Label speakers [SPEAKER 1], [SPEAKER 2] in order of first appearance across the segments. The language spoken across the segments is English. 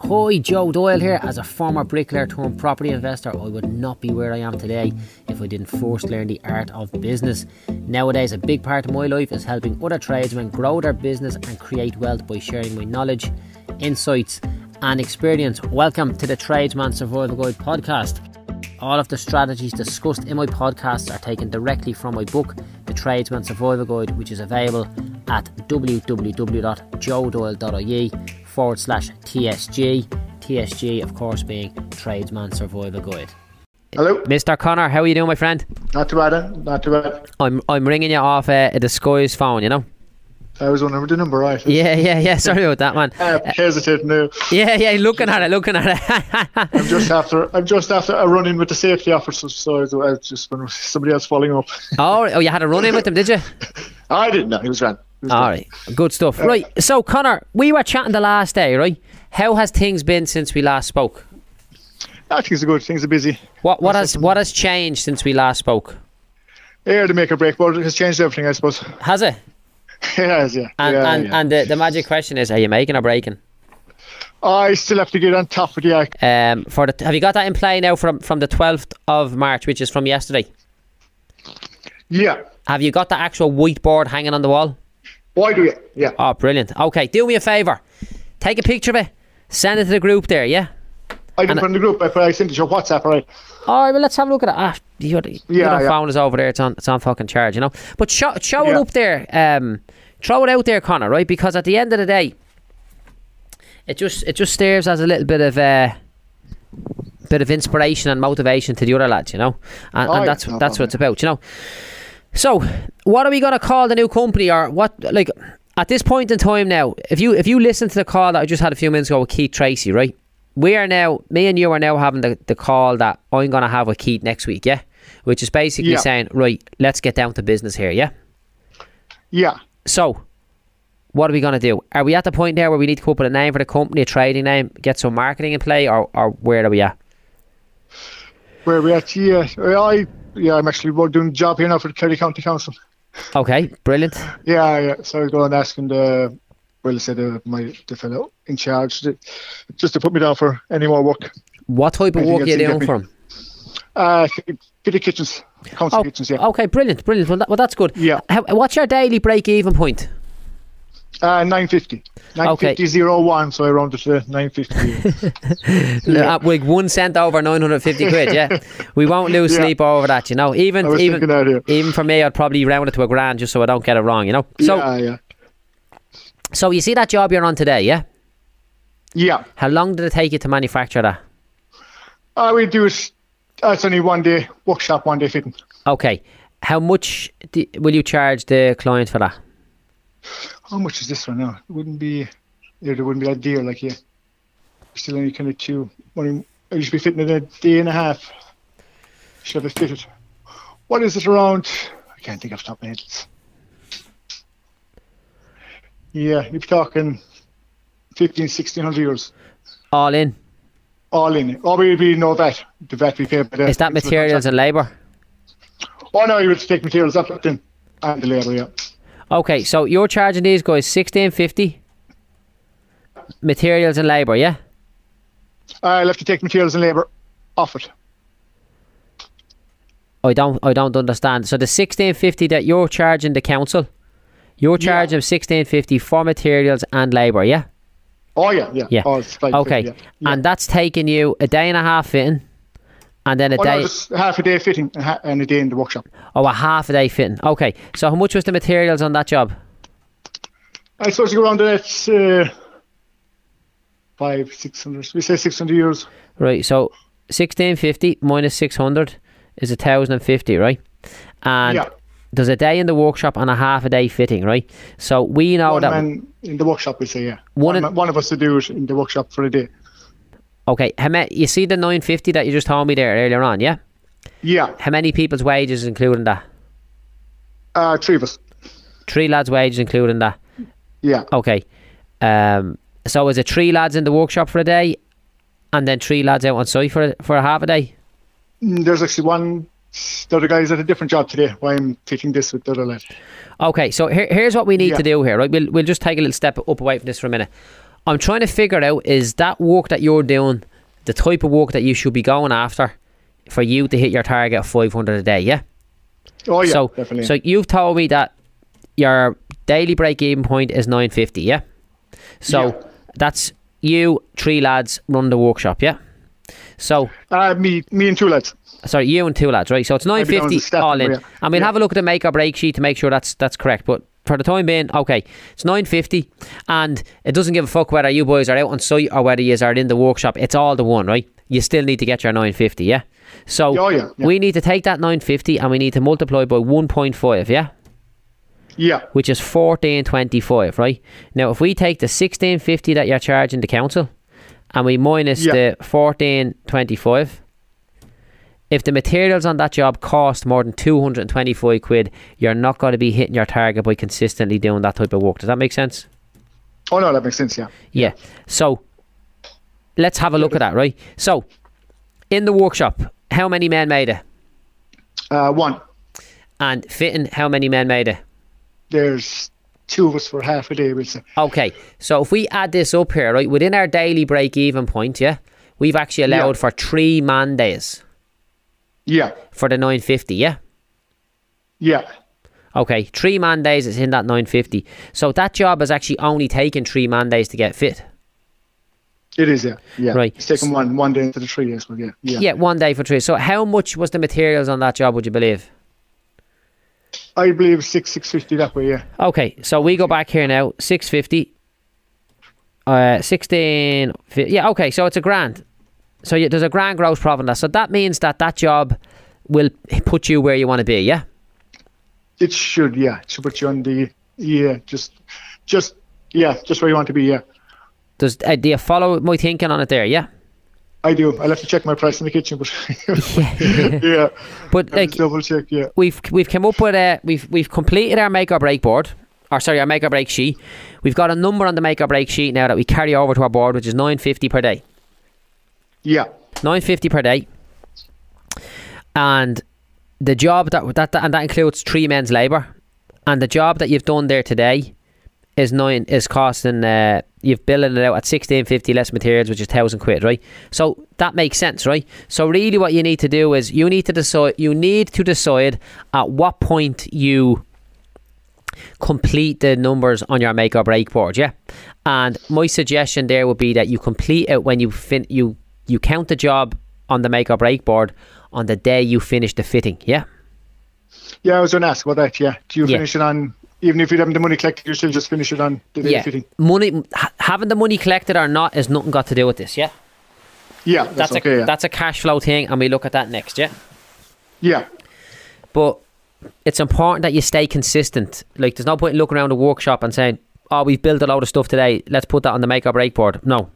[SPEAKER 1] Ahoy, Joe Doyle here. As a former bricklayer turned property investor, I would not be where I am today if I didn't first learn the art of business. Nowadays, a big part of my life is helping other tradesmen grow their business and create wealth by sharing my knowledge, insights, and experience. Welcome to the Tradesman Survival Guide podcast. All of the strategies discussed in my podcasts are taken directly from my book, The Tradesman Survival Guide, which is available at www.joedoyle.ie forward slash TSG. TSG, of course, being Tradesman Survival Guide.
[SPEAKER 2] Hello,
[SPEAKER 1] Mr. Connor, how are you doing, my friend?
[SPEAKER 2] not too bad, eh? not too bad.
[SPEAKER 1] I'm I'm ringing you off uh, a disguised phone, you know.
[SPEAKER 2] I was wondering the number, right?
[SPEAKER 1] Yeah, yeah, yeah. Sorry about that, man.
[SPEAKER 2] I'm hesitating now.
[SPEAKER 1] Yeah, yeah. Looking at it, looking at
[SPEAKER 2] I'm
[SPEAKER 1] it.
[SPEAKER 2] just after. I'm just after a run in with the safety officers, so I was- I've just been somebody else following up.
[SPEAKER 1] oh, oh, you had a run in with them, did you?
[SPEAKER 2] I didn't know he was ran. He was
[SPEAKER 1] All
[SPEAKER 2] ran.
[SPEAKER 1] right, good stuff.
[SPEAKER 2] Uh,
[SPEAKER 1] Right, so Connor, we were chatting the last day, right? How has things been since we last spoke?
[SPEAKER 2] I think it's a good. Ah, Things are busy.
[SPEAKER 1] What what
[SPEAKER 2] Yes,
[SPEAKER 1] has what has changed since we last spoke?
[SPEAKER 2] Yeah, the make or break, but it has changed everything, I suppose.
[SPEAKER 1] Has it?
[SPEAKER 2] yes, yeah.
[SPEAKER 1] And
[SPEAKER 2] yeah,
[SPEAKER 1] and,
[SPEAKER 2] yeah.
[SPEAKER 1] and the, the magic question is: Are you making or breaking?
[SPEAKER 2] I still have to get on top of the act.
[SPEAKER 1] Um, for the have you got that in play now from from the twelfth of March, which is from yesterday?
[SPEAKER 2] Yeah.
[SPEAKER 1] Have you got the actual whiteboard hanging on the wall?
[SPEAKER 2] Why do you? Yeah.
[SPEAKER 1] Oh, brilliant. Okay, do me a favour. Take a picture of it. Send it to the group there, yeah?
[SPEAKER 2] I didn't put in the group. I put. I sent it to your WhatsApp, right?
[SPEAKER 1] All right, well, let's have a look at it. Ah, your, your
[SPEAKER 2] Yeah, yeah.
[SPEAKER 1] phone is over there. It's on, it's on fucking charge, you know? But show, show it
[SPEAKER 2] Yeah.
[SPEAKER 1] up there. Um, throw it out there, Connor, right? Because at the end of the day, it just it just serves as a little bit of uh, bit of inspiration and motivation to the other lads, you know? And,
[SPEAKER 2] Oh, yeah,
[SPEAKER 1] and that's,
[SPEAKER 2] no
[SPEAKER 1] that's
[SPEAKER 2] problem.
[SPEAKER 1] what it's about, you know? So, what are we going to call the new company, or what? Like at this point in time now, if you if you listen to the call that I just had a few minutes ago with Keith Tracy, right? We are now, me and you are now having the, the call that I'm going to have with Keith next week, yeah. Which is basically
[SPEAKER 2] Yeah.
[SPEAKER 1] saying, right, let's get down to business here, yeah.
[SPEAKER 2] Yeah.
[SPEAKER 1] So, what are we going to do? Are we at the point now where we need to come up with a name for the company, a trading name, get some marketing in play, or or where are we at?
[SPEAKER 2] Where we at? Yeah. I. Yeah. I'm actually doing a job here now for the Kerry County Council.
[SPEAKER 1] Okay, brilliant.
[SPEAKER 2] Yeah, yeah. So I go and asking the, well, I said uh, my the fellow in charge to- just to put me down for any more work.
[SPEAKER 1] What type of
[SPEAKER 2] think
[SPEAKER 1] work are you
[SPEAKER 2] that's it,
[SPEAKER 1] doing
[SPEAKER 2] yeah.
[SPEAKER 1] for him?
[SPEAKER 2] Uh, get the kitchens, council
[SPEAKER 1] Oh,
[SPEAKER 2] kitchens. Yeah,
[SPEAKER 1] okay, brilliant, brilliant. Well, that, well that's good.
[SPEAKER 2] Yeah.
[SPEAKER 1] How, what's your daily break-even point?
[SPEAKER 2] uh, nine fifty. Nine
[SPEAKER 1] Okay.
[SPEAKER 2] fifty zero one. So I rounded to nine fifty.
[SPEAKER 1] Uh, with one cent over 950 quid, yeah. We won't lose
[SPEAKER 2] Yeah.
[SPEAKER 1] sleep over that, you know. Even
[SPEAKER 2] I was
[SPEAKER 1] even
[SPEAKER 2] thinking that here.
[SPEAKER 1] even for me, I'd probably round it to a grand just so I don't get it wrong, you know. So
[SPEAKER 2] yeah, yeah,
[SPEAKER 1] so you see that job you're on today, yeah?
[SPEAKER 2] yeah.
[SPEAKER 1] How long did it take you to manufacture that?
[SPEAKER 2] I will do it. Uh, it's only one day workshop, one day fitting.
[SPEAKER 1] Okay. How much do, will you charge the client for that?
[SPEAKER 2] How much is this one now? It wouldn't be. Yeah, there wouldn't be that deal like here. Still only kind of two. One, I should be fitting it in a day and a half. Should have it fitted. What is it around? I can't think off the top of my head. It's- Yeah, you're talking 15, 1600 euros.
[SPEAKER 1] All in.
[SPEAKER 2] All in. Oh, Or will be no VAT. The VAT we pay uh, by the.
[SPEAKER 1] Is that materials and labour?
[SPEAKER 2] Oh no, you would take materials up then. And the labour, yeah.
[SPEAKER 1] Okay, so you're charging these guys 1650 materials and labour, yeah?
[SPEAKER 2] I'll have to take materials and labour off it.
[SPEAKER 1] I don't I don't understand. So the sixteen fifty that you're charging the council, you're
[SPEAKER 2] Yeah.
[SPEAKER 1] charging sixteen fifty for materials and labour, yeah?
[SPEAKER 2] Oh yeah, yeah.
[SPEAKER 1] Yeah.
[SPEAKER 2] Oh, it's like-
[SPEAKER 1] Okay.
[SPEAKER 2] yeah, yeah.
[SPEAKER 1] And that's taking you a day and a half fitting and then a
[SPEAKER 2] Oh, no,
[SPEAKER 1] day
[SPEAKER 2] just half a day fitting and ha- and a day in the workshop.
[SPEAKER 1] oh a half a day fitting. Okay. So how much was the materials on that job?
[SPEAKER 2] I suppose you go around to that uh, five, six hundred. We say six hundred euros.
[SPEAKER 1] Right, so sixteen fifty minus six hundred is a thousand and fifty, right? And
[SPEAKER 2] yeah,
[SPEAKER 1] there's a day in the workshop and a half a day fitting, right? So we know
[SPEAKER 2] one
[SPEAKER 1] that
[SPEAKER 2] man in the workshop. We say yeah.
[SPEAKER 1] One
[SPEAKER 2] One,
[SPEAKER 1] in-
[SPEAKER 2] man- one of us to do it in the workshop for a day.
[SPEAKER 1] okay, how ma- you see the nine fifty that you just told me there earlier on, yeah?
[SPEAKER 2] Yeah,
[SPEAKER 1] How many people's wages is included in that?
[SPEAKER 2] uh, three of us.
[SPEAKER 1] Three lads' wages included in that.
[SPEAKER 2] Yeah,
[SPEAKER 1] Okay. Um, so is it three lads in the workshop for a day, and then three lads out on site for for a half a day?
[SPEAKER 2] Mm, there's actually one. The other guy's at a different job today. Why I'm fitting this with the other lad.
[SPEAKER 1] Okay. So here, here's what we need
[SPEAKER 2] Yeah.
[SPEAKER 1] to do here, right? We'll we'll just take a little step up away from this for a minute. I'm trying to figure out is that work that you're doing the type of work that you should be going after for you to hit your target of 500 a day, yeah?
[SPEAKER 2] Oh yeah,
[SPEAKER 1] so,
[SPEAKER 2] definitely.
[SPEAKER 1] so you've told me that your daily break even point is 950, yeah? So
[SPEAKER 2] Yeah.
[SPEAKER 1] that's you, three lads run the workshop, yeah? So,
[SPEAKER 2] uh, me, me and two lads.
[SPEAKER 1] sorry, you and two lads, right? So it's
[SPEAKER 2] I'd be down to
[SPEAKER 1] 950
[SPEAKER 2] step
[SPEAKER 1] all in.
[SPEAKER 2] number, yeah.
[SPEAKER 1] And we'll
[SPEAKER 2] Yeah.
[SPEAKER 1] have a look at the make or break sheet to make sure that's that's correct. But for the time being, okay, it's 950 and it doesn't give a fuck whether you boys are out on site or whether you are in the workshop. It's all the one, right? You still need to get your 950, yeah? So
[SPEAKER 2] Oh, yeah, yeah.
[SPEAKER 1] we need to take that 950 and we need to multiply by 1.5, yeah?
[SPEAKER 2] Yeah,
[SPEAKER 1] which is fourteen twenty five, right? Now, if we take the sixteen fifty that you're charging the council, and we minus
[SPEAKER 2] Yeah.
[SPEAKER 1] the fourteen twenty five, if the materials on that job cost more than two hundred and twenty five quid, you're not going to be hitting your target by consistently doing that type of work. Does that make sense?
[SPEAKER 2] oh no, that makes sense. Yeah,
[SPEAKER 1] Yeah. So let's have a look at that, right? So in the workshop, how many men made it?
[SPEAKER 2] uh, one.
[SPEAKER 1] And fitting, how many men made it?
[SPEAKER 2] There's two of us for half a day. We'll say.
[SPEAKER 1] Okay, so if we add this up here, right, within our daily break even point, yeah, we've actually
[SPEAKER 2] Yeah.
[SPEAKER 1] allowed for three man days
[SPEAKER 2] Yeah,
[SPEAKER 1] for the 950, yeah?
[SPEAKER 2] yeah,
[SPEAKER 1] Okay, three man days is in that 950. So that job has actually only taken three man days to get fit.
[SPEAKER 2] it is. Yeah, yeah.
[SPEAKER 1] Right.
[SPEAKER 2] It's taken one one day into the three days. But yeah, yeah.
[SPEAKER 1] Yeah. one day for three. So how much was the materials on that job, would you believe?
[SPEAKER 2] I believe six six fifty that way. Yeah,
[SPEAKER 1] Okay, so we go back here now, 650. Uh, 16. fi- Yeah, okay, so it's a grand. So you, there's a grand gross profit. on that. So that means that that job will put you where you want to be, yeah?
[SPEAKER 2] it should. Yeah, it should put you on the yeah, just, just yeah, just where you want to be. Yeah,
[SPEAKER 1] Does uh, do you follow my thinking on it there? Yeah,
[SPEAKER 2] I do. I'll have to check my price in the kitchen, but yeah,
[SPEAKER 1] but
[SPEAKER 2] I'll
[SPEAKER 1] like
[SPEAKER 2] just double check. Yeah,
[SPEAKER 1] we've we've come up with a we've we've completed our make or break board, or sorry, our make or break sheet. We've got a number on the make or break sheet now that we carry over to our board, which is nine fifty per day,
[SPEAKER 2] yeah,
[SPEAKER 1] nine fifty per day, and the job that, that that and that includes three men's labour, and the job that you've done there today is nine is costing uh, you've billing it out at sixteen fifty less materials, which is thousand quid, right? So that makes sense, right? So really, what you need to do is you need to decide you need to decide at what point you complete the numbers on your make or break board, yeah. And my suggestion there would be that you complete it when you fin you you count the job on the make or break board on the day you finish the fitting, yeah.
[SPEAKER 2] yeah. I was going to ask about that. Yeah, do you
[SPEAKER 1] Yeah.
[SPEAKER 2] finish it on? Even if you haven't the money collected, you still just finish it on the day
[SPEAKER 1] yeah,
[SPEAKER 2] of fitting.
[SPEAKER 1] money ha- having the money collected or not has nothing got to do with this. Yeah,
[SPEAKER 2] Yeah, that's,
[SPEAKER 1] that's
[SPEAKER 2] okay.
[SPEAKER 1] a
[SPEAKER 2] yeah.
[SPEAKER 1] that's a cash flow thing, and we look at that next. Yeah,
[SPEAKER 2] yeah,
[SPEAKER 1] but it's important that you stay consistent. Like, there's no point in looking around a workshop and saying, "Oh, we've built a load of stuff today. Let's put that on the make or break board." No,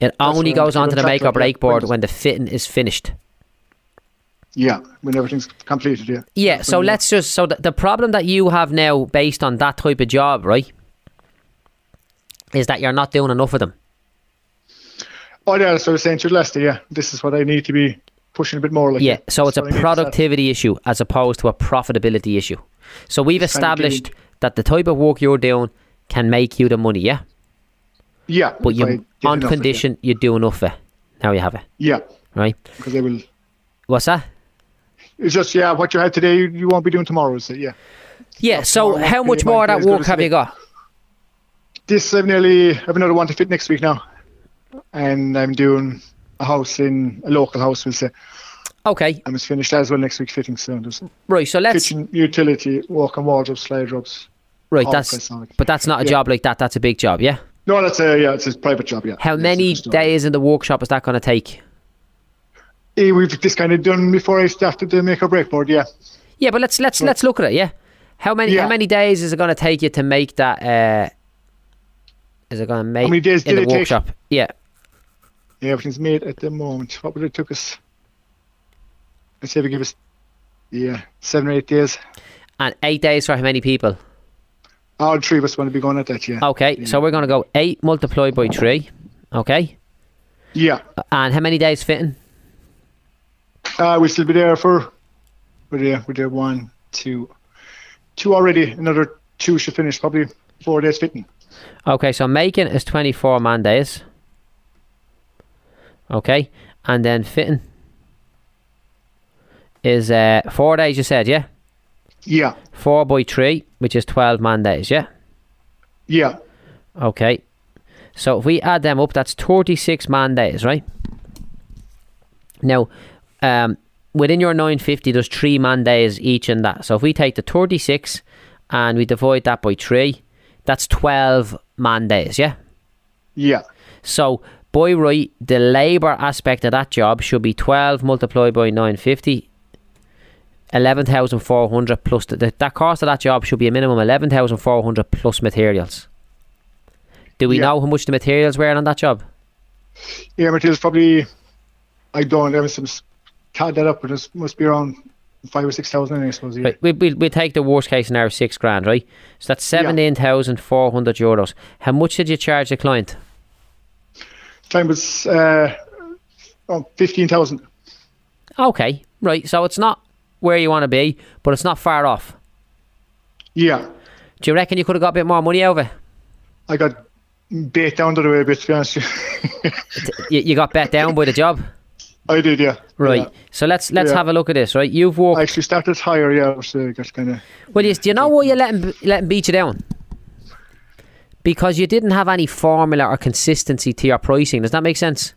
[SPEAKER 1] it only
[SPEAKER 2] what I'm-
[SPEAKER 1] goes onto the
[SPEAKER 2] I'm
[SPEAKER 1] make or
[SPEAKER 2] talking about,
[SPEAKER 1] break board
[SPEAKER 2] yeah.
[SPEAKER 1] when the fitting is finished.
[SPEAKER 2] yeah. When everything's completed, yeah.
[SPEAKER 1] Yeah, so
[SPEAKER 2] when you-
[SPEAKER 1] let's just so the, the problem that you have now based on that type of job, right? Is that you're not doing enough of them.
[SPEAKER 2] Oh yeah, so I was saying to you last day, yeah, this is what I need to be pushing a bit more. Like
[SPEAKER 1] Yeah, so it's
[SPEAKER 2] that's
[SPEAKER 1] a
[SPEAKER 2] what I need to start-
[SPEAKER 1] productivity issue as opposed to a profitability issue. So we've
[SPEAKER 2] It's kind of doing-
[SPEAKER 1] established that the type of work you're doing can make you the money, yeah?
[SPEAKER 2] Yeah,
[SPEAKER 1] But
[SPEAKER 2] if
[SPEAKER 1] you
[SPEAKER 2] I get
[SPEAKER 1] on
[SPEAKER 2] enough of it,
[SPEAKER 1] condition you do enough of it. Now you have it,
[SPEAKER 2] Yeah,
[SPEAKER 1] right?
[SPEAKER 2] because I will.
[SPEAKER 1] What's that?
[SPEAKER 2] It's just yeah, what you have today, you, you won't be doing tomorrow. So yeah,
[SPEAKER 1] Yeah, so
[SPEAKER 2] tomorrow
[SPEAKER 1] how
[SPEAKER 2] afternoon,
[SPEAKER 1] much more of
[SPEAKER 2] my
[SPEAKER 1] that
[SPEAKER 2] day's gonna
[SPEAKER 1] work have you
[SPEAKER 2] sleep.
[SPEAKER 1] got?
[SPEAKER 2] this I've nearly have another one to fit next week now, and I'm doing a house in a local house. We'll say
[SPEAKER 1] Okay,
[SPEAKER 2] I must finish that as well next week fitting. So there's
[SPEAKER 1] right, so let's
[SPEAKER 2] kitchen utility, walk and wardrobe, slide drops.
[SPEAKER 1] right,
[SPEAKER 2] all
[SPEAKER 1] that's
[SPEAKER 2] press on.
[SPEAKER 1] but that's not a
[SPEAKER 2] Yeah.
[SPEAKER 1] job like that, that's a big job, yeah?
[SPEAKER 2] No, that's a yeah, it's a private job. Yeah.
[SPEAKER 1] How
[SPEAKER 2] It's a
[SPEAKER 1] many
[SPEAKER 2] good story.
[SPEAKER 1] days in the workshop is that going to take?
[SPEAKER 2] Eh, We've this kind of done before I started the make or break board. Yeah.
[SPEAKER 1] Yeah, but let's let's let's look at it. Yeah, how many
[SPEAKER 2] Yeah.
[SPEAKER 1] how many days is it going to take you to make that? Uh, is it going to make
[SPEAKER 2] many days
[SPEAKER 1] in
[SPEAKER 2] did
[SPEAKER 1] the
[SPEAKER 2] it take?
[SPEAKER 1] workshop? Yeah,
[SPEAKER 2] Yeah, everything's made at the moment. What would it took us? Let's say we give us, yeah, seven or eight days.
[SPEAKER 1] and eight days for how many people?
[SPEAKER 2] All three of us want to be going at that, yeah.
[SPEAKER 1] Okay, so we're going to go eight multiplied by three. Okay,
[SPEAKER 2] Yeah,
[SPEAKER 1] and how many days fitting?
[SPEAKER 2] uh, we'll still be there for, we're there, we're there one, two, two already. Another two should finish probably four days fitting.
[SPEAKER 1] Okay, so making is 24 man days. Okay, and then fitting is uh, four days, you said, yeah?
[SPEAKER 2] Yeah,
[SPEAKER 1] Four by three, which is 12 man days, yeah?
[SPEAKER 2] yeah,
[SPEAKER 1] Okay. So if we add them up, that's 36 man days, right? Now, um, within your 950, there's three man days each in that. So if we take the 36 and we divide that by three, that's 12 man days, yeah?
[SPEAKER 2] yeah,
[SPEAKER 1] So by right, the labour aspect of that job should be 12 multiplied by 950. 11,400 plus the, the, that cost of that job should be a minimum 11,400 plus materials. Do we
[SPEAKER 2] Yeah.
[SPEAKER 1] know how much the materials were on that job?
[SPEAKER 2] yeah. Materials probably. I don't. I haven't tied that up, but it must be around five or six thousand, I suppose. Yeah.
[SPEAKER 1] Right, we, we, we take the worst case scenario, six grand, right? So that's
[SPEAKER 2] Yeah.
[SPEAKER 1] 17,400 euros. How much did you charge the client?
[SPEAKER 2] Time was uh, around fifteen thousand.
[SPEAKER 1] Okay, right. So it's not where you want to be, but it's not far off.
[SPEAKER 2] Yeah,
[SPEAKER 1] Do you reckon you could have got a bit more money over?
[SPEAKER 2] I got bait down the other way a bit. To be honest, with you.
[SPEAKER 1] You, you got bet down by the job?
[SPEAKER 2] I did. Yeah.
[SPEAKER 1] Right.
[SPEAKER 2] Yeah.
[SPEAKER 1] So let's let's
[SPEAKER 2] Yeah.
[SPEAKER 1] have a look at this. Right. You've
[SPEAKER 2] I
[SPEAKER 1] walked.
[SPEAKER 2] actually started higher. Yeah, I was uh, got kind of.
[SPEAKER 1] Well, yes. Do you know why you let him let him beat you down? Because you didn't have any formula or consistency to your pricing. Does that make sense?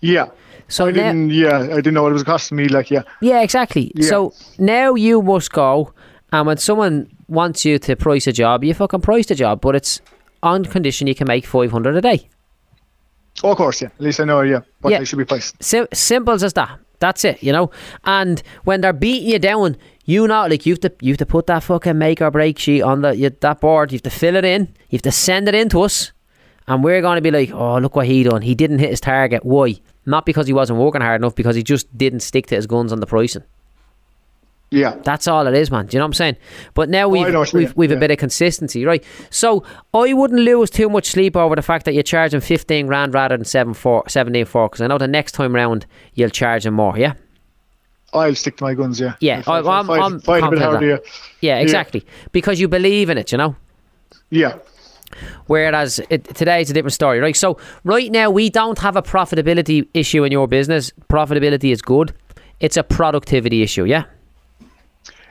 [SPEAKER 2] Yeah,
[SPEAKER 1] So
[SPEAKER 2] I
[SPEAKER 1] now,
[SPEAKER 2] didn't. Yeah, I didn't know what it was costing me. Like, yeah,
[SPEAKER 1] yeah, exactly.
[SPEAKER 2] Yeah.
[SPEAKER 1] So now you must go, and when someone wants you to price a job, you fucking price the job, but it's on condition you can make five hundred a day.
[SPEAKER 2] oh, of course. Yeah, at least I know. Yeah, what
[SPEAKER 1] Yeah.
[SPEAKER 2] I should be priced.
[SPEAKER 1] Sim- simple as that. That's it, you know. And when they're beating you down, you know, like you have to you have to put that fucking make or break sheet on the you, that board. You have to fill it in. You have to send it in to us, and we're going to be like, oh, look what he done. He didn't hit his target. Why? Not because he wasn't working hard enough, because he just didn't stick to his guns on the pricing.
[SPEAKER 2] Yeah,
[SPEAKER 1] That's all it is, man. Do you know what I'm saying? But now
[SPEAKER 2] Oh, I
[SPEAKER 1] we've
[SPEAKER 2] know what you
[SPEAKER 1] we've,
[SPEAKER 2] mean,
[SPEAKER 1] we've a
[SPEAKER 2] yeah.
[SPEAKER 1] bit of consistency, right? So I wouldn't lose too much sleep over the fact that you're charging 15 grand rather than 7 four, 17 four, because I know the next time round you'll charge them more, yeah?
[SPEAKER 2] I'll stick to my guns. Yeah,
[SPEAKER 1] Yeah,
[SPEAKER 2] I'll
[SPEAKER 1] I'm-
[SPEAKER 2] fight-
[SPEAKER 1] I'm-
[SPEAKER 2] fight a bit
[SPEAKER 1] confident
[SPEAKER 2] harder. Yeah.
[SPEAKER 1] Yeah, exactly. Because you believe in it, you know?
[SPEAKER 2] yeah,
[SPEAKER 1] Whereas it, today it's a different story, right? So right now we don't have a profitability issue in your business. Profitability is good. It's a productivity issue, yeah?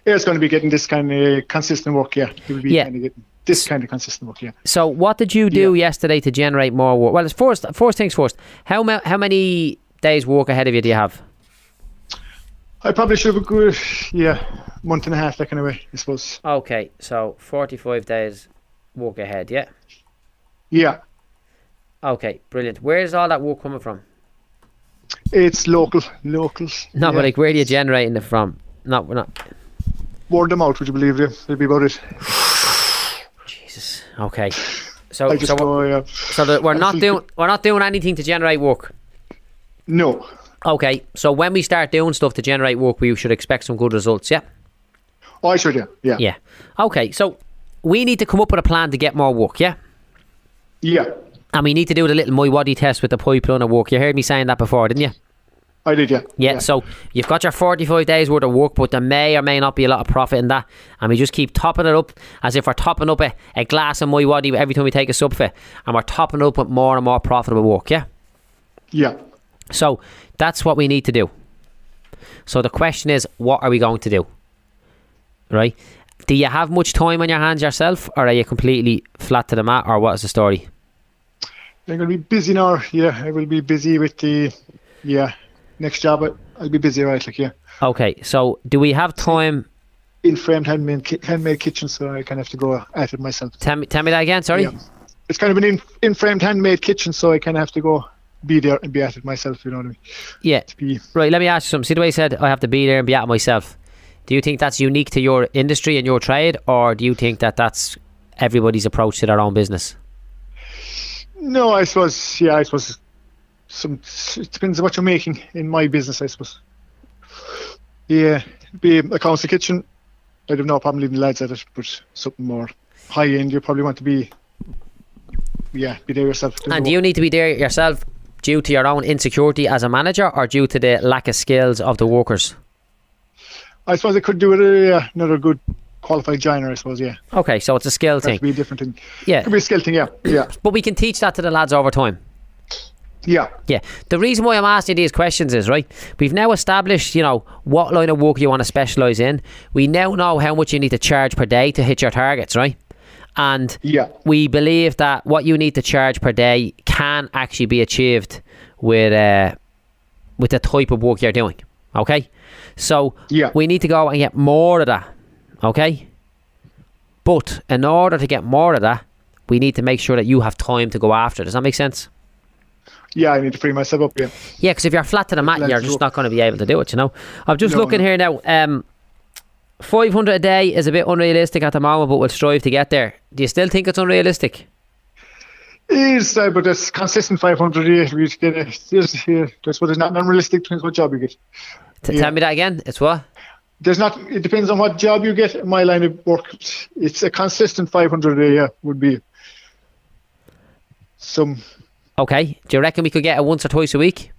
[SPEAKER 2] Yeah, it's going to be getting this kind of consistent work. Yeah, it will be
[SPEAKER 1] Yeah.
[SPEAKER 2] kind of getting this kind of consistent work. Yeah,
[SPEAKER 1] So what did you do yesterday to generate more work? Well, it's first, first things first. How ma- how many days work ahead of you do you have?
[SPEAKER 2] I probably should have a good, yeah, month and a half that kind of way. I suppose.
[SPEAKER 1] Okay, so forty-five days work ahead. Yeah.
[SPEAKER 2] Yeah,
[SPEAKER 1] Okay, brilliant. Where's all that work coming from?
[SPEAKER 2] it's local, locals.
[SPEAKER 1] No,
[SPEAKER 2] yeah.
[SPEAKER 1] but like, where are you generating it from? No, we're not.
[SPEAKER 2] word them out. Would you believe you? That'd be about it.
[SPEAKER 1] Jesus. Okay. So
[SPEAKER 2] I just
[SPEAKER 1] so, we're-
[SPEAKER 2] go, uh, yeah.
[SPEAKER 1] so that we're not
[SPEAKER 2] think-
[SPEAKER 1] doing we're not doing anything to generate work.
[SPEAKER 2] No,
[SPEAKER 1] Okay, so when we start doing stuff to generate work, we should expect some good results. Yeah.
[SPEAKER 2] oh, I should. Yeah, yeah,
[SPEAKER 1] Yeah. Okay, so we need to come up with a plan to get more work. Yeah.
[SPEAKER 2] yeah.
[SPEAKER 1] And we need to do the little my waddy test with the pipeline of work. You heard me saying that before, didn't you?
[SPEAKER 2] I did. Yeah,
[SPEAKER 1] Yeah, so you've got your 45 days worth of work, but there may or may not be a lot of profit in that. And we just keep topping it up as if we're topping up a, a glass of my waddy every time we take a sub fit. And we're topping it up with more and more profitable work, yeah?
[SPEAKER 2] yeah.
[SPEAKER 1] So that's what we need to do. So the question is, what are we going to do? Right? Do you have much time on your hands yourself, or are you completely flat to the mat, or what is the story?
[SPEAKER 2] I'm going to be busy now. Yeah, I will be busy with the, yeah, next job. I- I'll be busy, right? Like, yeah,
[SPEAKER 1] Okay, so do we have time?
[SPEAKER 2] in framed handmade, ki- handmade kitchen, so I kind of have to go at it myself.
[SPEAKER 1] Tell me, tell me that again, sorry?
[SPEAKER 2] Yeah. It's kind of an in, in framed handmade kitchen, so I kind of have to go be there and be at it myself. You know what I mean?
[SPEAKER 1] yeah.
[SPEAKER 2] To be,
[SPEAKER 1] Right, let me ask you something. See the way he said, I have to be there and be at it myself. Do you think that's unique to your industry and your trade, or do you think that that's everybody's approach to their own business?
[SPEAKER 2] no, I suppose. Yeah, I suppose. Some it depends on what you're making in my business, I suppose. Yeah, be accounts the kitchen. I'd have no problem leaving the lads at it, but something more high end, you probably want to be. Yeah, be there yourself. doing
[SPEAKER 1] And
[SPEAKER 2] the
[SPEAKER 1] do you need to be there yourself due to your own insecurity as a manager, or due to the lack of skills of the workers?
[SPEAKER 2] I suppose I could do it. Uh, yeah, another good qualified joiner, I suppose. Yeah,
[SPEAKER 1] Okay, so it's a skill
[SPEAKER 2] that
[SPEAKER 1] thing.
[SPEAKER 2] could be a different thing.
[SPEAKER 1] Yeah,
[SPEAKER 2] Could be a skill thing. Yeah, yeah,
[SPEAKER 1] but we can teach that to the lads over time.
[SPEAKER 2] yeah.
[SPEAKER 1] Yeah. The reason why I'm asking you these questions is, right, we've now established, you know, what line of work you want to specialise in. We now know how much you need to charge per day to hit your targets, right? And
[SPEAKER 2] Yeah.
[SPEAKER 1] we believe that what you need to charge per day can actually be achieved with uh, with the type of work you're doing. Okay? So
[SPEAKER 2] Yeah.
[SPEAKER 1] we need to go and get more of that. Okay? But in order to get more of that, we need to make sure that you have time to go after. it. Does that make sense?
[SPEAKER 2] Yeah, I need to free myself up. Yeah,
[SPEAKER 1] Yeah, because if you're flat to the mat,
[SPEAKER 2] Let's
[SPEAKER 1] you're just
[SPEAKER 2] look.
[SPEAKER 1] not going to be able to do it. You know, I'm just
[SPEAKER 2] No,
[SPEAKER 1] looking
[SPEAKER 2] no.
[SPEAKER 1] here now. Um, 500 a day is a bit unrealistic at the moment, but we'll strive to get there. Do you still think it's unrealistic?
[SPEAKER 2] is uh, but that's consistent 500 a year. We just get a, there's, yeah, that's what is not unrealistic. Depends what job you get.
[SPEAKER 1] T-
[SPEAKER 2] Yeah.
[SPEAKER 1] Tell me that again. It's what?
[SPEAKER 2] There's not. It depends on what job you get. In my line of work, it's a consistent 500 a year would be some
[SPEAKER 1] Okay. Do you reckon we could get it once or twice a week?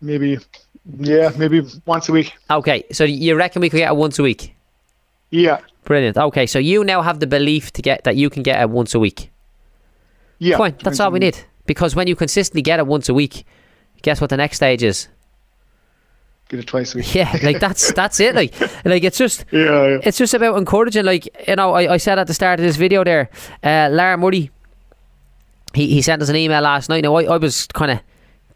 [SPEAKER 2] maybe. Yeah, maybe once a week.
[SPEAKER 1] Okay. So you reckon we could get it once a week?
[SPEAKER 2] Yeah,
[SPEAKER 1] Brilliant. Okay. So you now have the belief to get that you can get it once a week.
[SPEAKER 2] yeah.
[SPEAKER 1] Fine. That's all we need. Because when you consistently get it once a week, guess what the next stage is?
[SPEAKER 2] Get it twice a week.
[SPEAKER 1] Yeah, like that's that's it. Like like it's just
[SPEAKER 2] Yeah, yeah.
[SPEAKER 1] it's just about encouraging. Like you know, I, I said at the start of this video there, uh, Lara Murray. He he sent us an email last night. Now I, I was kind of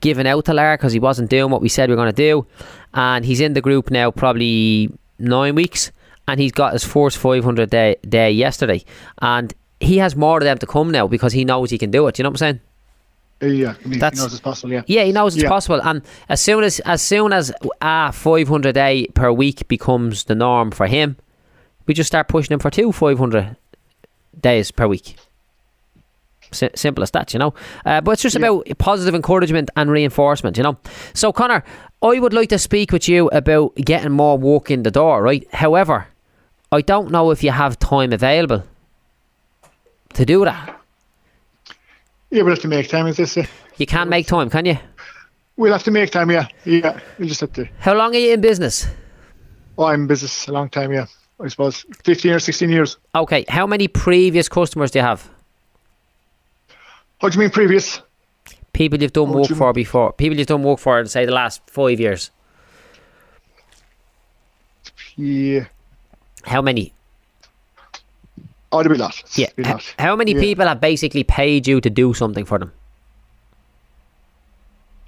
[SPEAKER 1] giving out to Lara because he wasn't doing what we said we were going to do, and he's in the group now probably nine weeks, and he's got his first five hundred day day yesterday, and he has more of them to come now because he knows he can do it. You know what I'm saying?
[SPEAKER 2] Yeah, yeah. I mean, he
[SPEAKER 1] That's-
[SPEAKER 2] knows it's possible. Yeah.
[SPEAKER 1] Yeah, he knows it's
[SPEAKER 2] Yeah.
[SPEAKER 1] possible, and as soon as as soon as ah five hundred day per week becomes the norm for him, we just start pushing him for two five hundred days per week. Si- simple as that, you know. Uh, but it's just
[SPEAKER 2] Yeah.
[SPEAKER 1] about positive encouragement and reinforcement, you know. So Connor, I would like to speak with you about getting more work in the door, right? However, I don't know if you have time available to do that.
[SPEAKER 2] Yeah, we'll have to make time. Is this? Uh,
[SPEAKER 1] You can make time, can you?
[SPEAKER 2] we'll have to make time. Yeah, yeah. We'll just have to.
[SPEAKER 1] How long are you in business?
[SPEAKER 2] Oh, I'm in business a long time. Yeah, I suppose 15 or 16 years.
[SPEAKER 1] Okay, how many previous customers do you have?
[SPEAKER 2] What do you mean previous?
[SPEAKER 1] People you've done
[SPEAKER 2] Oh,
[SPEAKER 1] work
[SPEAKER 2] Jim-
[SPEAKER 1] for before. People you've done work for in say the last five years.
[SPEAKER 2] Yeah,
[SPEAKER 1] How many?
[SPEAKER 2] oh, there'll be lot.
[SPEAKER 1] Yeah.
[SPEAKER 2] Be
[SPEAKER 1] h-
[SPEAKER 2] lot.
[SPEAKER 1] How many
[SPEAKER 2] Yeah.
[SPEAKER 1] people have basically paid you to do something for them?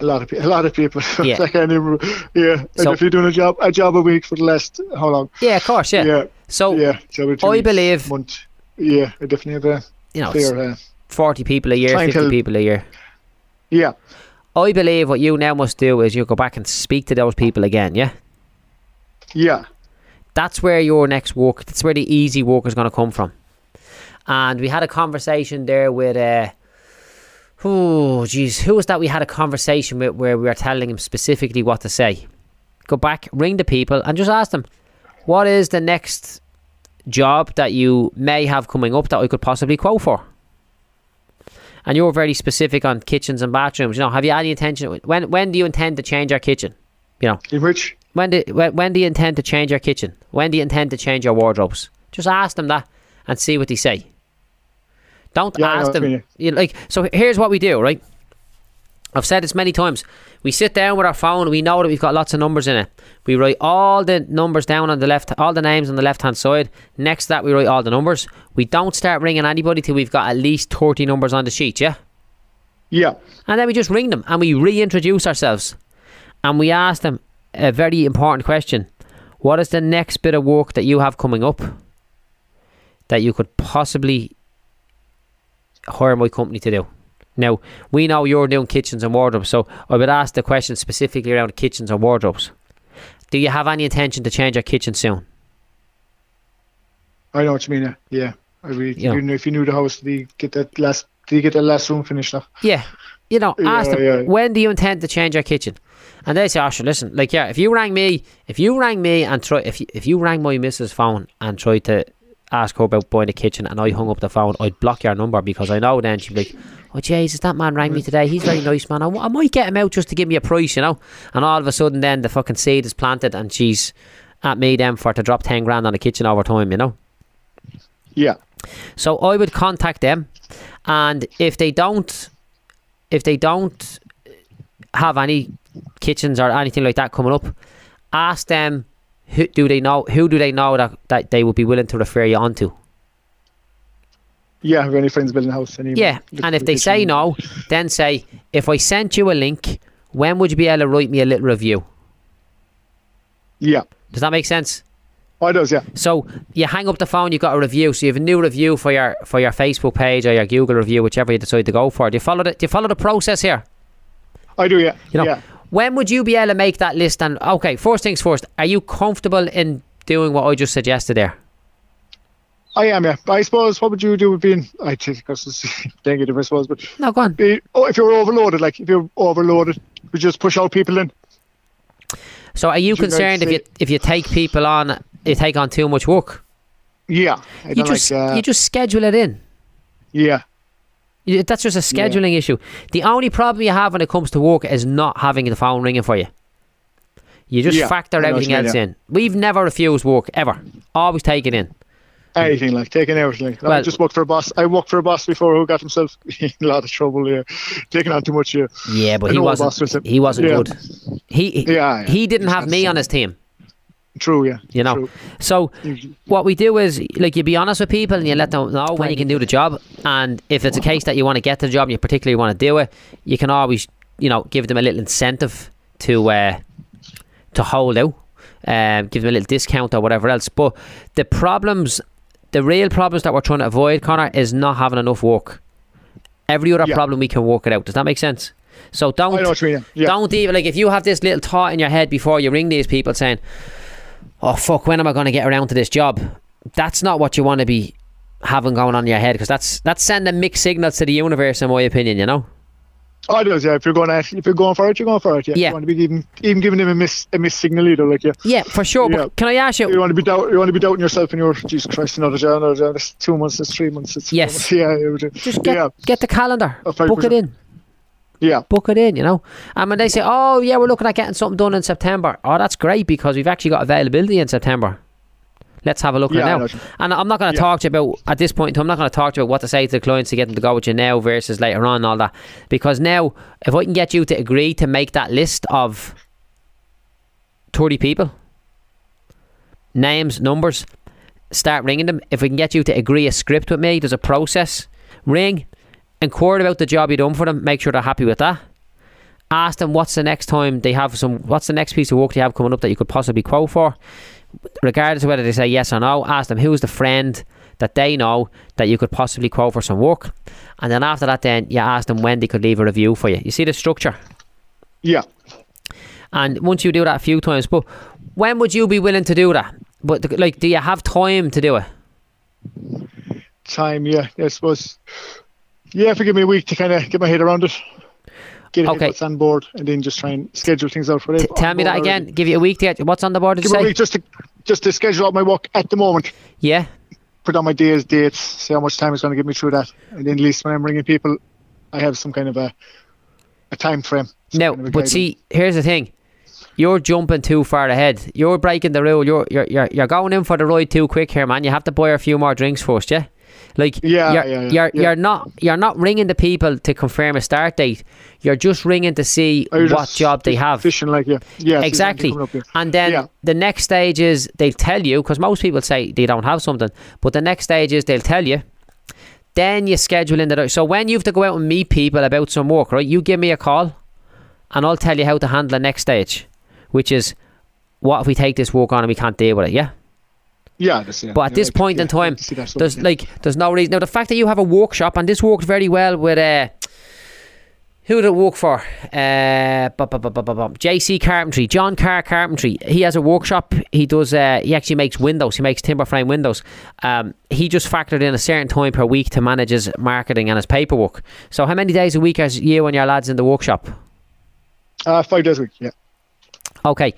[SPEAKER 2] A lot of pe- a lot of people.
[SPEAKER 1] Yeah.
[SPEAKER 2] I can't even. Yeah,
[SPEAKER 1] So-
[SPEAKER 2] and if you're doing a job a job a week for the last how long?
[SPEAKER 1] Yeah, of course. Yeah.
[SPEAKER 2] Yeah,
[SPEAKER 1] So
[SPEAKER 2] yeah. Job a two
[SPEAKER 1] I
[SPEAKER 2] weeks,
[SPEAKER 1] believe-
[SPEAKER 2] month. Yeah, I definitely have a
[SPEAKER 1] you know, it's
[SPEAKER 2] clear. Uh,
[SPEAKER 1] forty people a year, fifty
[SPEAKER 2] Clientele-
[SPEAKER 1] people a year.
[SPEAKER 2] yeah,
[SPEAKER 1] I believe what you now must do is you go back and speak to those people again. Yeah.
[SPEAKER 2] yeah,
[SPEAKER 1] That's where your next work. That's where the easy work is going to come from. And we had a conversation there with. Uh, oh, jeez, who was that? We had a conversation with where we were telling him specifically what to say. Go back, ring the people, and just ask them, what is the next job that you may have coming up that I could possibly quote for? And you're very specific on kitchens and bathrooms. You know, have you any intention? When when do you intend to change our kitchen? You know,
[SPEAKER 2] in which
[SPEAKER 1] when do when, when do you intend to change your kitchen? When do you intend to change your wardrobes? Just ask them that and see what they say. Don't
[SPEAKER 2] Yeah, I know
[SPEAKER 1] ask
[SPEAKER 2] what you
[SPEAKER 1] them
[SPEAKER 2] mean.
[SPEAKER 1] you, like so. Here's what we do, right? I've said this many times. We sit down with our phone. We know that we've got lots of numbers in it. We write all the numbers down on the left, all the names on the left hand side. Next to that, we write all the numbers. We don't start ringing anybody till we've got at least thirty numbers on the sheet. Yeah.
[SPEAKER 2] yeah,
[SPEAKER 1] And then we just ring them and we reintroduce ourselves. And we ask them a very important question What is the next bit of work that you have coming up that you could possibly hire my company to do? Now, we know you're doing kitchens and wardrobes, so I would ask the question specifically around kitchens and wardrobes. Do you have any intention to change your kitchen soon?
[SPEAKER 2] I know what you mean. Yeah, yeah. I really,
[SPEAKER 1] Yeah.
[SPEAKER 2] you know, if you knew the house, do you get that last? Do you get that last room finished now?
[SPEAKER 1] Yeah. You know,
[SPEAKER 2] Yeah,
[SPEAKER 1] ask them,
[SPEAKER 2] yeah.
[SPEAKER 1] when do you intend to change your kitchen? And they say, oh, sure, listen, like, yeah, if you rang me, if you rang me and try, if you, if you rang my missus' phone and tried to ask her about buying a kitchen and I hung up the phone, I'd block your number because I know then she'd be like, oh, Jesus, that man rang me today. He's very nice, man. I, I might get him out just to give me a price, you know? And all of a sudden then the fucking seed is planted and she's at me then for to drop 10 grand on a kitchen over time, you know?
[SPEAKER 2] Yeah.
[SPEAKER 1] So I would contact them, and if they don't, if they don't have any kitchens or anything like that coming up, ask them who do they know who do they know that, that they would be willing to refer you on to.
[SPEAKER 2] Yeah. Have any friends building a house? Any
[SPEAKER 1] Yeah, and if they say no, then say if I sent you a link, when would you be able to write me a little review?
[SPEAKER 2] Yeah.
[SPEAKER 1] Does that make sense?
[SPEAKER 2] Oh, it does. Yeah.
[SPEAKER 1] So you hang up the phone, you've got a review. So you have a new review for your for your Facebook page or your Google review, whichever you decide to go for. Do you follow the do you follow the process here?
[SPEAKER 2] I do. Yeah.
[SPEAKER 1] You know,
[SPEAKER 2] yeah.
[SPEAKER 1] when would you be able to make that list? And okay, first things first, are you comfortable in doing what I just suggested there?
[SPEAKER 2] I am. Yeah. But I suppose what would you do with being? I think because it's negative. I suppose, but
[SPEAKER 1] No, go on.
[SPEAKER 2] eh, oh, if you're overloaded, like if you're overloaded, we just push out people in.
[SPEAKER 1] So are you
[SPEAKER 2] Would you like
[SPEAKER 1] concerned if
[SPEAKER 2] to
[SPEAKER 1] you if you take people on, you take on too much work?
[SPEAKER 2] Yeah. I
[SPEAKER 1] You
[SPEAKER 2] don't
[SPEAKER 1] just
[SPEAKER 2] like, uh,
[SPEAKER 1] you just schedule it in.
[SPEAKER 2] yeah.
[SPEAKER 1] You- That's just a scheduling issue. The only problem you have when it comes to work is not having the phone ringing for you. You just
[SPEAKER 2] Yeah,
[SPEAKER 1] factor
[SPEAKER 2] I know what
[SPEAKER 1] everything
[SPEAKER 2] you mean,
[SPEAKER 1] else
[SPEAKER 2] yeah.
[SPEAKER 1] in. We've never refused work ever. Always take it in.
[SPEAKER 2] Anything like taking everything. Like,
[SPEAKER 1] Well-
[SPEAKER 2] I just worked for a boss. I worked for a boss before who got himself in a lot of trouble here, taking on too much here.
[SPEAKER 1] Yeah, but
[SPEAKER 2] I
[SPEAKER 1] he
[SPEAKER 2] know
[SPEAKER 1] wasn't.
[SPEAKER 2] boss was a-
[SPEAKER 1] he wasn't
[SPEAKER 2] yeah.
[SPEAKER 1] good. He he,
[SPEAKER 2] Yeah, yeah.
[SPEAKER 1] he didn't
[SPEAKER 2] He's
[SPEAKER 1] have
[SPEAKER 2] got
[SPEAKER 1] me
[SPEAKER 2] some-
[SPEAKER 1] on his team.
[SPEAKER 2] True. Yeah.
[SPEAKER 1] You know,
[SPEAKER 2] True.
[SPEAKER 1] so what we do is like you be honest with people and you let them know when you can do the job. And if it's a case that you want to get the job and you particularly want to do it, you can always you know give them a little incentive to uh, to hold out, um, give them a little discount or whatever else. But the problems, the real problems that we're trying to avoid, Connor, is not having enough work. Every other
[SPEAKER 2] Yeah.
[SPEAKER 1] problem we can work it out. Does that make sense? So
[SPEAKER 2] I
[SPEAKER 1] don't
[SPEAKER 2] know what you mean. Yeah. Yeah.
[SPEAKER 1] don't even like if you have this little thought in your head before you ring these people saying, "Oh fuck, when am I going to get around to this job?" That's not what you want to be having going on in your head because that's that's sending mixed signals to the universe, in my opinion. You know?
[SPEAKER 2] Oh, it does. Yeah. If you're going at, if you're going for it, you're going for it. Yeah.
[SPEAKER 1] Yeah.
[SPEAKER 2] You want to be even, even giving him a miss, a miss signal either. Like yeah.
[SPEAKER 1] Yeah, for sure.
[SPEAKER 2] Yeah.
[SPEAKER 1] But can I ask
[SPEAKER 2] You
[SPEAKER 1] you?
[SPEAKER 2] want to be doubt, you want to be doubting yourself, and you're Jesus Christ, another job, another job. It's two months, it's three months, it's four
[SPEAKER 1] Yes.
[SPEAKER 2] months. yeah, you would-
[SPEAKER 1] Just get
[SPEAKER 2] yeah,
[SPEAKER 1] get the calendar,
[SPEAKER 2] A five
[SPEAKER 1] book it
[SPEAKER 2] percent.
[SPEAKER 1] in,
[SPEAKER 2] yeah,
[SPEAKER 1] book it in. You know? And when they say, "Oh yeah, we're looking at getting something done in September," oh that's great because we've actually got availability in September. Let's have a look at
[SPEAKER 2] yeah.
[SPEAKER 1] it
[SPEAKER 2] I
[SPEAKER 1] now.
[SPEAKER 2] know what you-
[SPEAKER 1] And I'm not going to
[SPEAKER 2] Yeah.
[SPEAKER 1] talk to you about at this point. in time, I'm not going to talk to you about what to say to the clients to get them to go with you now versus later on and all that. Because now, if I can get you to agree to make that list of thirty people, names, numbers, start ringing them. If we can get you to agree a script with me, there's a process. Ring, inquire about the job you done for them. Make sure they're happy with that. Ask them what's the next time they have some. What's the next piece of work they have coming up that you could possibly quote for regardless of whether they say yes or no, ask them who's the friend that they know that you could possibly quote for some work. And then after that, then you ask them when they could leave a review for you. You see the structure.
[SPEAKER 2] yeah.
[SPEAKER 1] And once you do that a few times, but when would you be willing to do that? But like, do you have time to do it?
[SPEAKER 2] Time, yeah, I suppose. Yeah, if you give me a week to kind of get my head around it, get it
[SPEAKER 1] Okay.
[SPEAKER 2] what's on board, and then just try and schedule things out for it.
[SPEAKER 1] T- tell me that again. Give you a week to get what's on the board. Did you
[SPEAKER 2] uh, Give me a
[SPEAKER 1] say?
[SPEAKER 2] week just to just to schedule out my work at the moment.
[SPEAKER 1] Yeah.
[SPEAKER 2] Put on my days, dates, see how much time it's going to give me through that, and then at least when I'm ringing people, I have some kind of a a time frame. some
[SPEAKER 1] No,
[SPEAKER 2] kind of a
[SPEAKER 1] but
[SPEAKER 2] guideline.
[SPEAKER 1] see, here's the thing. You're jumping too far ahead. You're breaking the rule. You're you're you're, you're going in for the ride too quick here, man. You have to buy a few more drinks first, yeah. Like
[SPEAKER 2] Yeah,
[SPEAKER 1] you're,
[SPEAKER 2] yeah, yeah,
[SPEAKER 1] you're
[SPEAKER 2] Mm, yeah.
[SPEAKER 1] you're not you're not ringing the people to confirm a start date. You're just ringing to see
[SPEAKER 2] Or you're
[SPEAKER 1] what
[SPEAKER 2] just
[SPEAKER 1] job they have.
[SPEAKER 2] Fishing like yeah, yeah, see if I can
[SPEAKER 1] Exactly.
[SPEAKER 2] come up here.
[SPEAKER 1] And then
[SPEAKER 2] Yeah.
[SPEAKER 1] the next stage is they'll tell you because most people say they don't have something, but the next stage is they'll tell you. Then you schedule in the so when you have to go out and meet people about some work, right? You give me a call, and I'll tell you how to handle the next stage, which is what if we take this work on and we can't deal with it, yeah.
[SPEAKER 2] Yeah, that's, yeah.
[SPEAKER 1] But at
[SPEAKER 2] yeah,
[SPEAKER 1] this
[SPEAKER 2] I-
[SPEAKER 1] point
[SPEAKER 2] yeah,
[SPEAKER 1] in
[SPEAKER 2] I
[SPEAKER 1] time,
[SPEAKER 2] can see that sort of
[SPEAKER 1] There's
[SPEAKER 2] thing.
[SPEAKER 1] like there's no reason now. The fact that you have a workshop and this worked very well with uh, who did it work for? Uh, bu- bu- bu- bu- bu- bu- JC Carpentry, John Carr Carpentry. He has a workshop. He does. Uh, he actually makes windows. He makes timber frame windows. Um, he just factored in a certain time per week to manage his marketing and his paperwork. So how many days a week are you and your lads in the workshop?
[SPEAKER 2] uh, five days a week. Yeah,
[SPEAKER 1] Okay,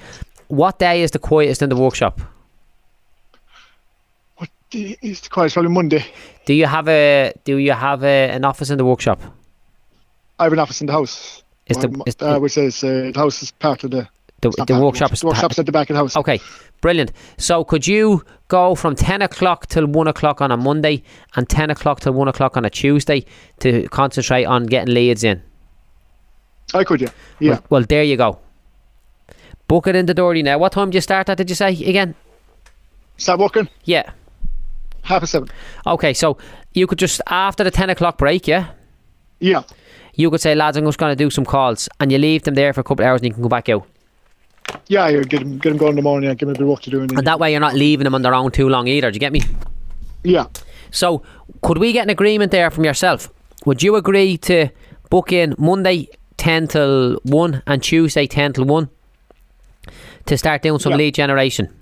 [SPEAKER 1] what day is the quietest in the workshop?
[SPEAKER 2] what day is the quiet? Probably Monday.
[SPEAKER 1] Do you have a Do you have a, an office in the workshop?
[SPEAKER 2] I have an office in the house.
[SPEAKER 1] Is
[SPEAKER 2] My
[SPEAKER 1] the
[SPEAKER 2] mo-
[SPEAKER 1] is,
[SPEAKER 2] uh, which says uh, the uh, house is part of the
[SPEAKER 1] The,
[SPEAKER 2] It's not
[SPEAKER 1] the
[SPEAKER 2] that,
[SPEAKER 1] workshop is
[SPEAKER 2] the workshop's at the back of the house.
[SPEAKER 1] Okay, brilliant. So could you go from ten o'clock till one o'clock on a Monday and ten o'clock till one o'clock on a Tuesday to concentrate on getting leads in?
[SPEAKER 2] I could, yeah. Yeah.
[SPEAKER 1] Well, well, there you go. Book it in the Doherty now. What time do you start at? Did you say again?
[SPEAKER 2] Start working,
[SPEAKER 1] Yeah.
[SPEAKER 2] half a seven.
[SPEAKER 1] Okay, so you could just after the ten o'clock break, yeah.
[SPEAKER 2] Yeah.
[SPEAKER 1] You could say, lads, I'm just going to do some calls, and you leave them there for a couple of hours, and you can go back out.
[SPEAKER 2] Yeah, yeah, get him, get him going in the morning. Yeah, give him a bit of work to do. And then,
[SPEAKER 1] And that way, you're not leaving them on their own too long either. Do you get me?
[SPEAKER 2] yeah,
[SPEAKER 1] So, could we get an agreement there from yourself? Would you agree to book in Monday 10 till 1 and Tuesday 10 till 1 to start doing some
[SPEAKER 2] Yeah.
[SPEAKER 1] lead generation?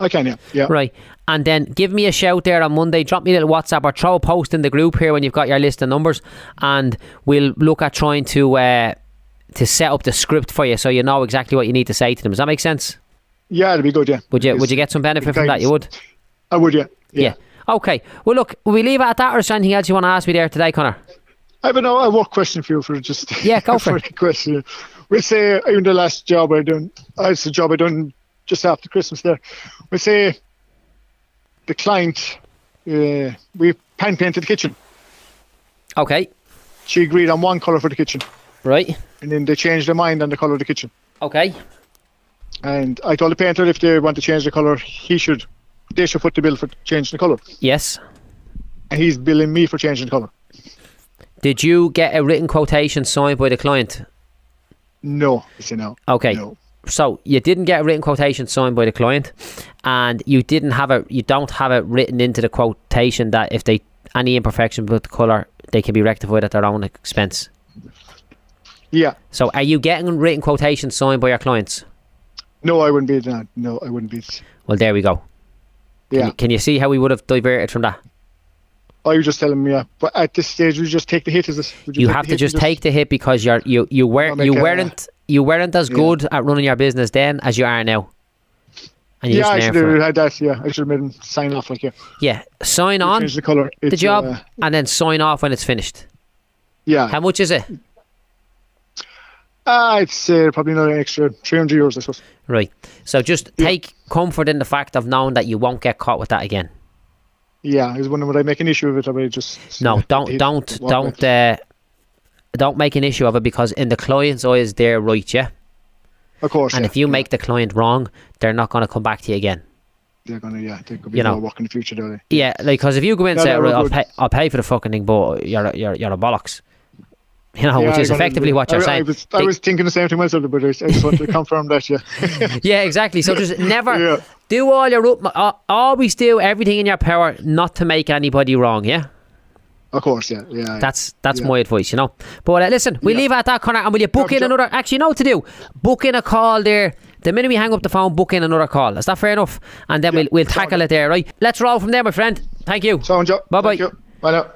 [SPEAKER 2] I can. Yeah, yeah.
[SPEAKER 1] Right. And then give me a shout there on Monday. Drop me a little WhatsApp or throw a post in the group here when you've got your list of numbers. And we'll look at trying to. Uh, to set up the script for you, so you know exactly what you need to say to them. Does that make sense?
[SPEAKER 2] Yeah, it'd be good. Yeah.
[SPEAKER 1] Would you
[SPEAKER 2] Yes.
[SPEAKER 1] Would you get some benefit from that? You would.
[SPEAKER 2] I would. Yeah. Yeah.
[SPEAKER 1] Yeah. Okay. Well, look. Will we leave it at that, or is there anything else you want to ask me there today, Connor?
[SPEAKER 2] I have an a work question for you for just
[SPEAKER 1] Yeah, go for it.
[SPEAKER 2] the question. We say even the last job I done, uh, it's a job I done just after Christmas. There, we say the client, uh, we pan painted the kitchen.
[SPEAKER 1] Okay.
[SPEAKER 2] She agreed on one color for the kitchen,
[SPEAKER 1] Right.
[SPEAKER 2] and then they changed their mind on the color of the kitchen.
[SPEAKER 1] Okay.
[SPEAKER 2] And I told the painter if they want to change the color, he should, they should put the bill for changing the color.
[SPEAKER 1] Yes.
[SPEAKER 2] And he's billing me for changing the color.
[SPEAKER 1] Did you get a written quotation signed by the client?
[SPEAKER 2] No, I say no.
[SPEAKER 1] Okay.
[SPEAKER 2] No.
[SPEAKER 1] So you didn't get a written quotation signed by the client, and you didn't have a you don't have it written into the quotation that if they any imperfection with the color they can be rectified at their own expense.
[SPEAKER 2] Yeah.
[SPEAKER 1] So are you getting written quotations signed by your clients?
[SPEAKER 2] No, I wouldn't be that. No, I wouldn't be.
[SPEAKER 1] Well, there we go. Can,
[SPEAKER 2] Yeah.
[SPEAKER 1] you, can you see how we would have diverted from that?
[SPEAKER 2] Oh, you're just telling me, yeah. But at this stage, we just take the hit. Is this? would
[SPEAKER 1] You
[SPEAKER 2] take
[SPEAKER 1] have
[SPEAKER 2] the
[SPEAKER 1] to
[SPEAKER 2] hit
[SPEAKER 1] just
[SPEAKER 2] and
[SPEAKER 1] take the hit because you're you you were
[SPEAKER 2] Not
[SPEAKER 1] you
[SPEAKER 2] make a-
[SPEAKER 1] weren't you weren't as
[SPEAKER 2] Yeah.
[SPEAKER 1] good at running your business then as you are now. And you
[SPEAKER 2] Yeah,
[SPEAKER 1] just
[SPEAKER 2] I
[SPEAKER 1] learn
[SPEAKER 2] should
[SPEAKER 1] from it.
[SPEAKER 2] have had that. Yeah, I should have made him sign off. Like, yeah,
[SPEAKER 1] Yeah, sign on
[SPEAKER 2] change the color.
[SPEAKER 1] the job
[SPEAKER 2] uh,
[SPEAKER 1] and then sign off when it's finished. How
[SPEAKER 2] yeah,
[SPEAKER 1] much is it?
[SPEAKER 2] uh, I'd say probably another extra 300 euros. I suppose.
[SPEAKER 1] Right. So just
[SPEAKER 2] Yeah.
[SPEAKER 1] take comfort in the fact of knowing that you won't get caught with that again.
[SPEAKER 2] Yeah, I was wondering would I make an issue of it? Or would I just
[SPEAKER 1] No, don't,
[SPEAKER 2] hit-
[SPEAKER 1] don't,
[SPEAKER 2] walk
[SPEAKER 1] don't, uh,
[SPEAKER 2] back?
[SPEAKER 1] don't make an issue of it because in the client's eyes they're right, yeah.
[SPEAKER 2] of course.
[SPEAKER 1] And
[SPEAKER 2] yeah,
[SPEAKER 1] if you
[SPEAKER 2] yeah,
[SPEAKER 1] make the client wrong, they're not going to come back to you again.
[SPEAKER 2] they're gonna yeah, they could be
[SPEAKER 1] you know.
[SPEAKER 2] more work in the future, don't they?
[SPEAKER 1] Yeah, like because if you go in and
[SPEAKER 2] No,
[SPEAKER 1] say,
[SPEAKER 2] no,
[SPEAKER 1] right,
[SPEAKER 2] we're
[SPEAKER 1] I'll
[SPEAKER 2] good.
[SPEAKER 1] pay, I'll pay for the fucking thing, but you're a- you're you're a bollocks. You know,
[SPEAKER 2] Yeah,
[SPEAKER 1] which
[SPEAKER 2] I
[SPEAKER 1] is
[SPEAKER 2] gotta-
[SPEAKER 1] effectively what you're
[SPEAKER 2] I,
[SPEAKER 1] saying.
[SPEAKER 2] I was, I
[SPEAKER 1] They-
[SPEAKER 2] was thinking the same thing myself, but I I just wanted to confirm that. Yeah,
[SPEAKER 1] yeah, exactly. So just never
[SPEAKER 2] Yeah.
[SPEAKER 1] do all your up. uh, Always do everything in your power not to make anybody wrong. Yeah,
[SPEAKER 2] of course. Yeah, yeah. yeah.
[SPEAKER 1] that's that's
[SPEAKER 2] Yeah.
[SPEAKER 1] my advice. You know. But uh, listen, we
[SPEAKER 2] Yeah.
[SPEAKER 1] leave it at that, Connor. And will you book
[SPEAKER 2] Perfect
[SPEAKER 1] in
[SPEAKER 2] job.
[SPEAKER 1] another? Actually, you know what to do. Book in a call there. The minute we hang up the phone, book in another call. Is that fair enough? And then
[SPEAKER 2] Yeah,
[SPEAKER 1] we'll we'll
[SPEAKER 2] sound
[SPEAKER 1] tackle
[SPEAKER 2] good.
[SPEAKER 1] it there, right? Let's roll from there, my friend. Thank you.
[SPEAKER 2] So, Joe.
[SPEAKER 1] Bye-bye.
[SPEAKER 2] thank you. Bye now.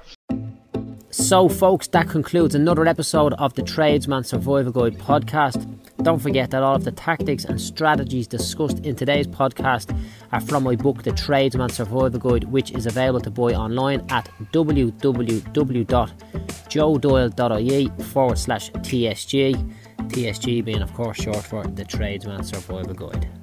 [SPEAKER 1] So, folks, that concludes another episode of the Tradesman Survival Guide podcast. Don't forget that all of the tactics and strategies discussed in today's podcast are from my book, The Tradesman Survival Guide, which is available to buy online at www.joedoyle.ie forward slash TSG. TSG being, of course, short for The Tradesman Survival Guide.